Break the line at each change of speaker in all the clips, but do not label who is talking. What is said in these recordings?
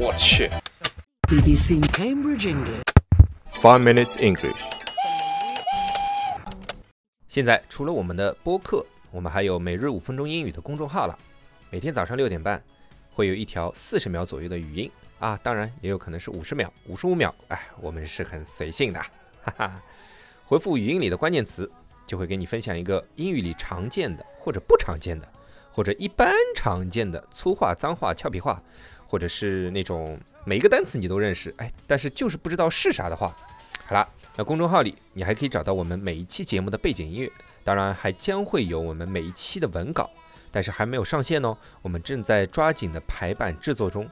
我去，
BBC Cambridge, England.
Five minutes English。
现在除了我们的播客，我们还有每日五分钟英语的公众号了。每天早上六点半，会有一条四十秒左右的语音啊，当然也有可能是五十秒、五十五秒。哎，我们是很随性的，哈哈。回复语音里的关键词，就会给你分享一个英语里常见的或者不常见的，或者一般常见的粗话、脏话、俏皮话，或者是那种每一个单词你都认识，哎，但是就是不知道是啥的话。好啦，那公众号里你还可以找到我们每一期节目的背景音乐，当然还将会有我们每一期的文稿，但是还没有上线哦，我们正在抓紧的排版制作中，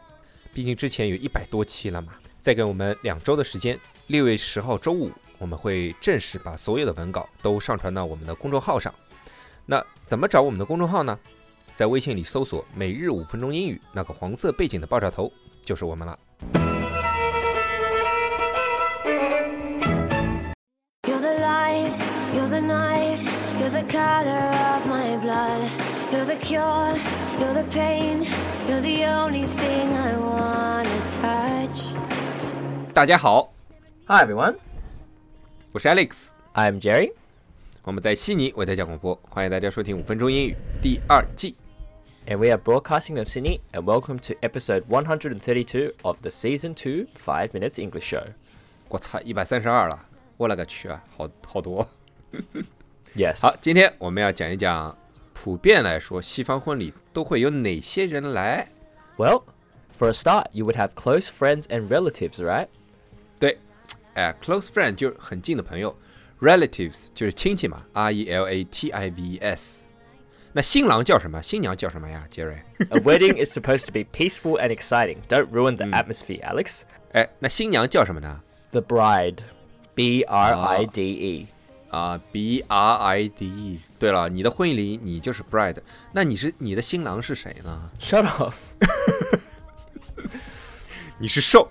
毕竟之前有一百多期了嘛，再给我们两周的时间，六月十号周五我们会正式把所有的文稿都上传到我们的公众号上。那怎么找我们的公众号呢？在微信里搜索“每日五分钟英语”，那个黄色背景的爆炸头就是我们了。
You're the light, you're the night, you're the color of my blood. You're the cure, you're the pain, you're the only thing I wanna touch.
大家好，
Hi everyone,
我是 Alex。
I'm Jerry.
我们在悉尼为大家广播，欢迎大家收听《五分钟英语》第二季。
And we are broadcasting from Sydney, and welcome to episode 132 of the season 2 5 Minutes English Show.
我操，一百三十二了，我勒个去啊，好好 多。
Yes.
好，今天我们要讲一讲，普遍来说，西方婚礼都会有哪些人来？
well, for a start, you would have close friends and relatives, right?
对，哎，close friend 就是很近的朋友，relatives 就是亲戚嘛，R E L A T I V E S。那新郎叫什么？新娘叫什么呀，杰瑞？
A wedding is supposed to be peaceful and exciting. Don't ruin the atmosphere, Alex.
哎，那新娘叫什么呢？
The bride. B R I D E.
啊，B R I D E。对了，你的婚礼你就是 bride，那你是你的新郎是谁呢？
Shut off.
你是寿。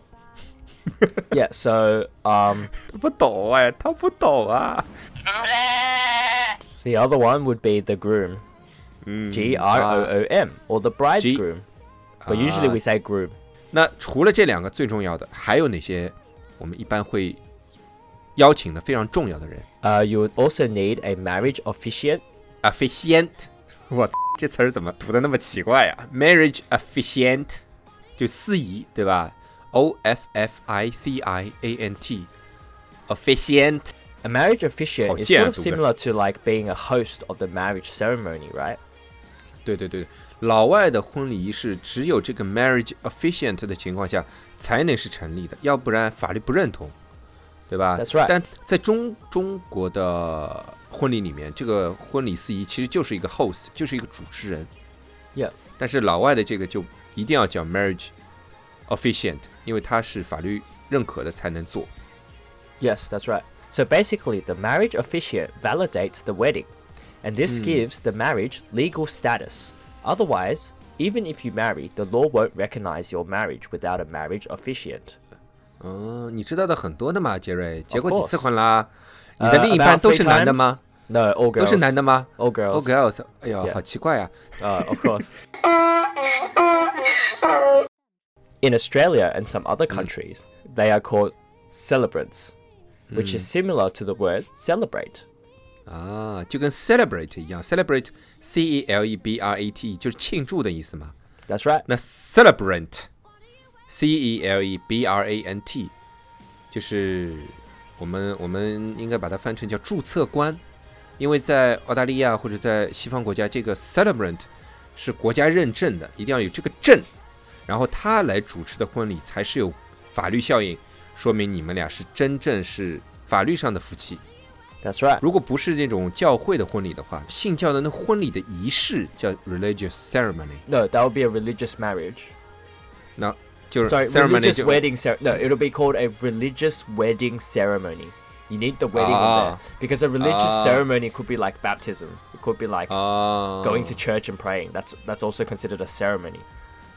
yeah, so um
不懂哎，他不懂啊。
the other one would be the groom.
嗯
G R 呃
啊
O O M or the bridegroom. But usually we say groom.
那除了这两个最重要的，还有哪些我们一般会邀请的非常重要的人
Uh, you would also need a marriage officiant.
a f f i c i e n t 我这词儿怎么读的那么奇怪呀、m a r r i a g e a f f i c i e n t 就司仪对吧？O F F I C I A N T，officiant。Officiant
A marriage officiant is
好贱啊，
sort of
读的。
similar to like being a host of the marriage ceremony, right?
对对对，对老外的婚礼仪式只有这个 marriage officiant 的情况下才能是成立的，要不然法律不认同，对吧
That's right
但在中中国的婚礼里面，这个婚礼司仪其实就是一个 host，就是一个主持人。
Yeah.
但是老外的这个就一定要叫 marriage officiant，因为它是法律认可的才能做。
Yes, that's right. So basically, the marriage officiant validates the wedding, and this gives the marriage legal status. Otherwise, even if you marry, the law won't recognize your marriage without a marriage officiant.
嗯，你知道的很多的嘛，杰瑞，结
Of
过几次
course
婚啦？你
Uh,
的另一半
about
都
three
是男的
times?
吗？
No, all
都
girls.
是男的吗？
All girls.
Oh girls，哎呦
Yeah.
好奇怪啊！
Uh, of course. In Australia and some other
Hmm.
countries, they are called celebrants, which
Hmm.
is similar to the word celebrate.
啊，就跟 celebrate 一样，celebrate，c e l e b r a t e 就是庆祝的意思嘛。
That's right.
那 celebrant，c e l e b r a n t，就是我们我们应该把它翻成叫注册官，因为在澳大利亚或者在西方国家，这个 celebrant 是国家认证的，一定要有这个证，然后他来主持的婚礼才是有法律效应，说明你们俩是真正是法律上的夫妻。
That's right.
如果不是那种教会的婚礼的话，信教的那婚礼的仪式叫 religious ceremony，
No, that would be a religious marriage.
那就是
Sorry,
ceremony
religious
就
wedding ceremony. No, it'll be called a religious wedding ceremony. You need the wedding on
Ah.
there because a religious
Ah.
ceremony could be like baptism. It could be like
啊，
going to church and praying. That's that's also considered a ceremony.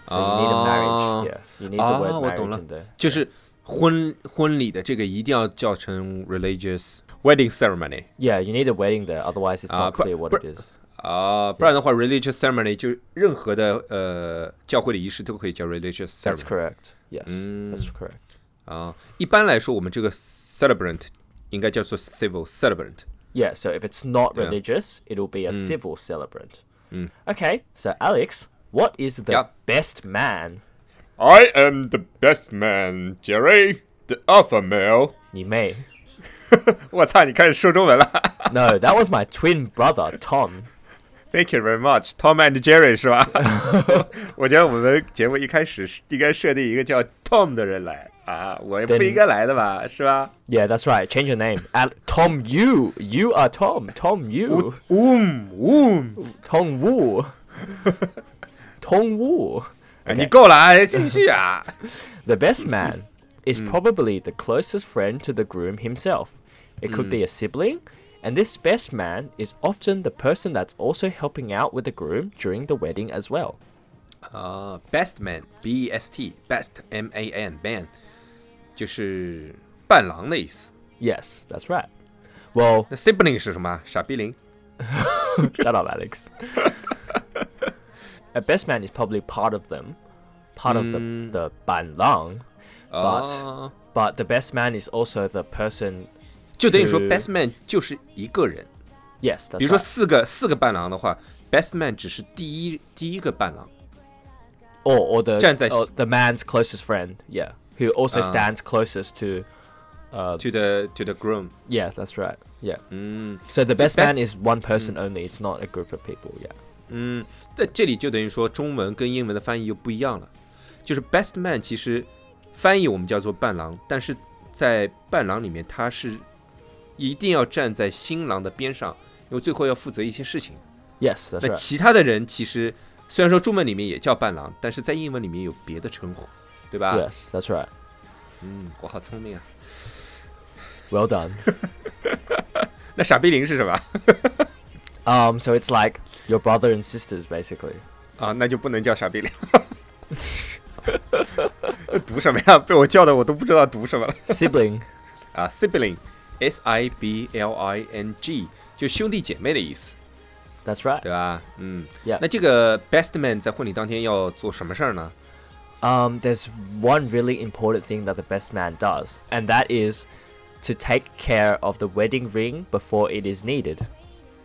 So
Ah.
you need a marriage. Yeah, you need the
啊
word
我懂
marriage
了
in there.，
就是婚婚礼的这个一定要叫成 religious wedding ceremony
Yeah, you need a wedding there. Otherwise, it's
Ah,
not
but-
clear what
but-
it is.
啊，不然的话，religious ceremony 就任何的呃教会的仪式都可以叫 religious
That's
ceremony
correct. Yes,
Mm.
that's correct.
啊。一般来说，我们这个 celebrant 应该叫做 civil celebrant。
Yeah, so if it's not
Yeah. Mm.
religious, it'll be a civil celebrant. Okay, so Alex, what is the
Yep.
best man?
I am the best man, Jerry, the alpha male.
你妹
我操，你开始说中文了
No, that was my twin brother, Tom.
！Thank you very much, Tom and Jerry 是 吧？我觉得我们节目一开始是应该设定一个叫 Tom 的人来啊，我也不应该来的吧，是吧
Yeah, that's right. Change your name. Al- Tom Yu. You are Tom. Tom Yu.
？Oom
嗯
Oom，
Tom Wu. Tom Wu.
你够了 啊，继续啊。
The best man is probably the closest friend to the groom himself. It could be a sibling, and this best man is often the person that's also helping out with the groom during the wedding as well.
啊，best man，b e s t，best m a n man，就是伴郎的意思。
Yes, that's right. Well,
那 sibling 是什么啊？傻逼零
Shut up, Alex. a best man is probably part of them, part of the the ban lang, but
啊，
but the best man is also the person.
就等于说
是
best man 就是一个人。
Yes, that's
比如说
right.
四个四个伴郎的话，best man 只是第一第一个伴郎。
Or or the
站在-
or the man's closest friend. Yeah, who also stands closest to.
to the to the groom。
Yeah, that's right. Yeah.
嗯
So Mm. the best, Mm.
best-
man is one person only. It's not a group of people. Yeah.
嗯，那这里就等于说中文跟英文的翻译又不一样了，就是 best man 其实翻译我们叫做伴郎，但是在伴郎里面他是一定要站在新郎的边上，因为最后要负责一些事情。
Yes, that's
那
right.
其他的人其实虽然说中文里面也叫伴郎，但是在英文里面有别的称呼，对吧？
Yes, that's right.
嗯，我好聪明啊。
Well done.
那傻逼零是什么
um, so it's like your brother and sisters basically.
啊？那就不能叫傻逼零。 读什么呀？被我叫的我都不知道读什么了。
Sibling.
啊，sibling，s i b l i n g，就兄弟姐妹的意思，
That's right.
对吧？嗯
Yeah.
那这个 best man 在婚礼当天要做什么事儿呢？
Um, there's one really important thing that the best man does, and that is to take care of the wedding ring before it is needed.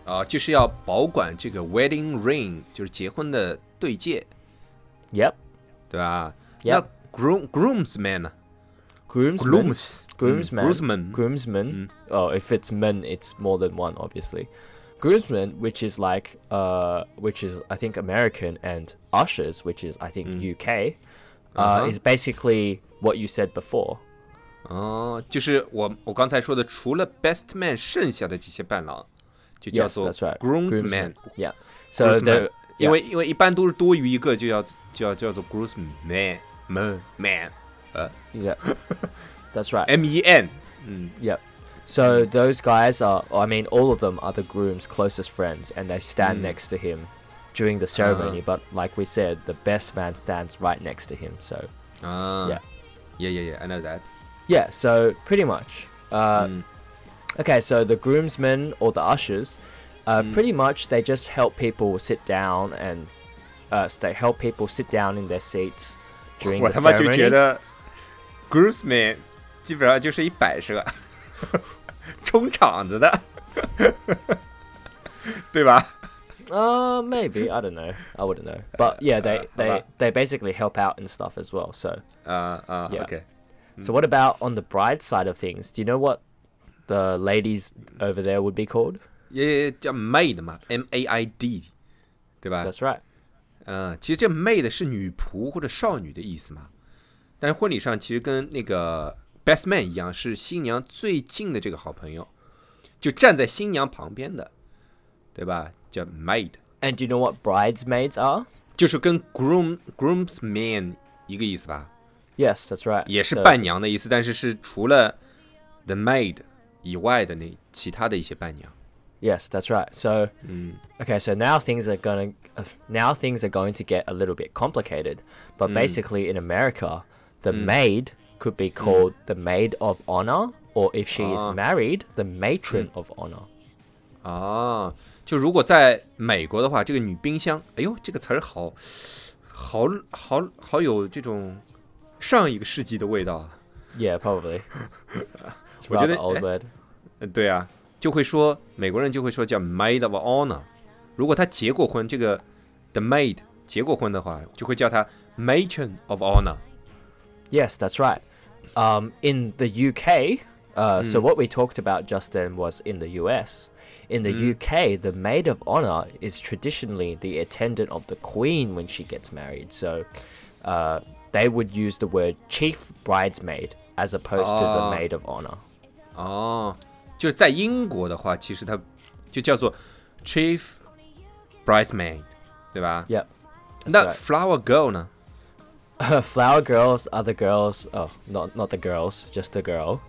啊，就是要保管这个 wedding ring，就是结婚的对戒，
Yep.
对吧
Yep.
那 groom groomsman 呢
Groomsman.
？grooms
Groomsman.
Mm, groomsman Mm.
Groomsman. Oh, if it's men, it's more than one, obviously. Groomsman, which is like, uh, which is I think American, and ushers, which is I think UK, uh,
Mm. Uh-huh.
is basically what you said before.
哦，就是我我刚才说的，除了 best man，剩下的这些伴郎就叫
Yes,
做
that's right.
groomsman，
Yeah. So the
groomsman，因为因为一般都是多于一个就要就要叫做 groomsman man man
yeah, that's right.
m e n，嗯
Yep. So those guys are, I mean, all of them are the groom's closest friends, and they stand next to him during the ceremony. But like we said, the best man stands right next to him. So
啊
Yeah.
，yeah yeah yeah I know that，
yeah, so pretty much. Uh, Okay, so the groomsmen or the ushers, uh, pretty much they just help people sit down and uh, s- they help people sit down in their seats during
我
the
他妈就
ceremony.
觉得 groomsman 基本上就是一摆 设，充场子的，对吧？
Uh, maybe I don't know. I wouldn't know. But yeah, they they,
alright.
they basically help out and stuff as well. So
啊啊
Yeah.
OK，
so what about on the bride side of things? Do you know what the ladies over there would be called?
也叫 maid 嘛，M A I D，对吧？
That's right.
嗯，其实这 maid 是女仆或者少女的意思嘛，但是婚礼上其实跟那个 best man 一样，是新娘最近的这个好朋友，就站在新娘旁边的，对吧？叫 maid，
And do you know what bridesmaids are?
就是跟 groom groomsman 一个意思吧，
Yes, that's right.
也是
So-
伴娘的意思，但是是除了 the maid 以外的那其他的一些伴娘。
Yes, that's right. So,
Mm.
okay, so now things are going to uh, now things are going to get a little bit complicated. But
Mm.
basically, in America, the maid could be called the maid of
Ah. Mm.
honor, or if she is married, the matron of honor.
哦，就如果在美国的话，这个女冰箱，哎呦，这个词儿好，好好好有这种上一个世纪的味道啊！
Yeah, probably. It's
Would you
rather
think-
old
eh?
word.
呃对啊，就会说美国人就会说叫 maid of honor。如果他结过婚，这个 the maid 结过婚的话，就会叫她 matron of honor。
Yes, that's right. Um, in the UK, uh, so what we talked about just then was in the US. In the UK, the maid of honor is traditionally the attendant of the queen when she gets married. So uh, they would use the word chief bridesmaid as opposed to
Ah.
the maid of honor.
哦，就是在英国的话，其实它就叫做 chief bridesmaid，对吧
Yep.
那
right.
flower girl 呢？
Flower girls are the girls. Oh, not not the girls, just the girl.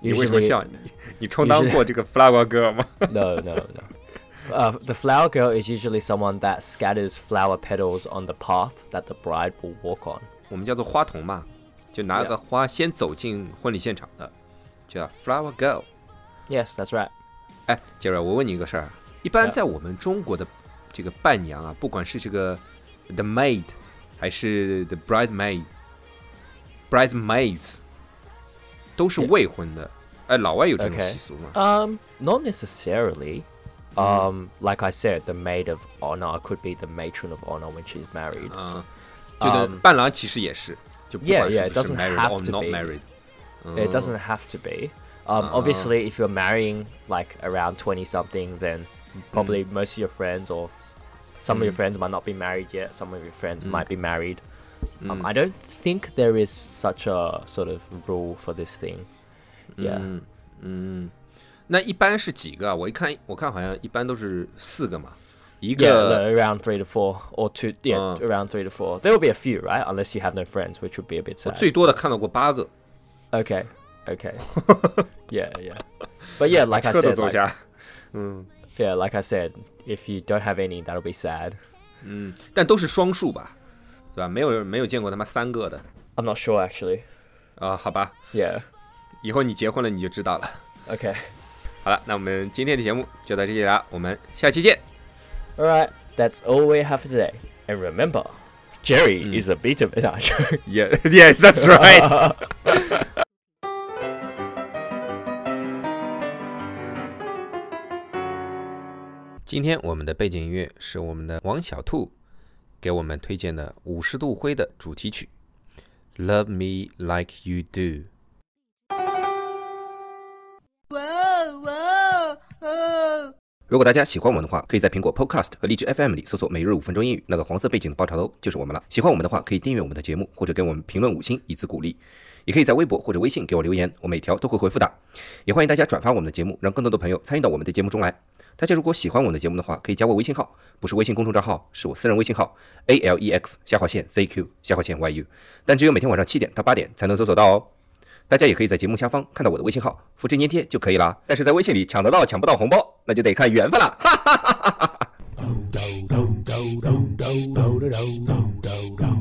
你为什么
Usually-
笑？你你充当过这个 flower girl 吗？
no, no, no. Uh, the flower girl is usually someone that scatters flower petals on the path that the bride will walk on.
我们叫做花童嘛，就拿个花先走进婚礼现场的，叫 flower girl。
Yes, that's right.
哎，杰瑞，我问你一个事儿，啊一般在我们中国的这个伴娘啊，不管是这个 the maid 还是 the bridesmaid bridesmaids，都是
Yeah.
未婚的。哎，老外有这种
Okay.
习俗吗？
Um, not necessarily. Um, like I said, the maid of honor could be the matron of honor when she's married.
啊，就的伴郎其实也是，就不
yeah,
管
yeah,
是
it
不是
doesn't
married
have
or
to
not
be.
married，
It doesn't have to be. Um, obviously, if you're marrying like around 20 something, then probably most of your friends or s- some of your friends might not be married yet, some of your friends might be married. Um, I don't think there is such a sort of rule for this thing. Yeah.
Mm. 嗯那一般是几个啊？我一看，我看好像一般都是四个嘛，一
Yeah,
个
like around three to four or two.
Uh.
Yeah, around three to four. There will be a few, right? Unless you have no friends, which would be a bit
我
sad.
最多的看到过八个，
Okay, okay. yeah, yeah. But yeah, like I
车都
said,
坐
like,
下。
yeah, like I said, if you don't have any, that'll be sad.
但都是双数吧，对吧？没有没有见过他妈三个的
I'm not sure actually.
啊、好吧，
Yeah.
以后你结婚了你就知道了。
Okay.
好了，那我们今天的节目就到这里啦，我们下 期见。
All right. That's all we have for today. And remember, Jerry is a beta manager.
Yes, yes, Hmm. that's right.今天我们的背景音乐是我们的王小兔给我们推荐的五十度灰的主题曲《Love Me Like You Do》。
Whoa, whoa, oh. whoa.
如果大家喜欢我们的话，可以在苹果 Podcast 和荔枝 FM 里搜索“每日五分钟英语”，那个黄色背景的爆炒头就是我们了。喜欢我们的话，可以订阅我们的节目，或者给我们评论五星以资鼓励。也可以在微博或者微信给我留言，我每条都会回复的。也欢迎大家转发我们的节目，让更多的朋友参与到我们的节目中来。大家如果喜欢我们的节目的话，可以加我微信号，不是微信公众账号，是我私人微信号 a l e x 下划线 z q 下划线 y u，但只有每天晚上七点到八点才能搜索到哦。大家也可以在节目下方看到我的微信号，复制粘贴就可以了。但是在微信里抢得到抢不到红包，那就得看缘分了。
do do do do do do do do do do do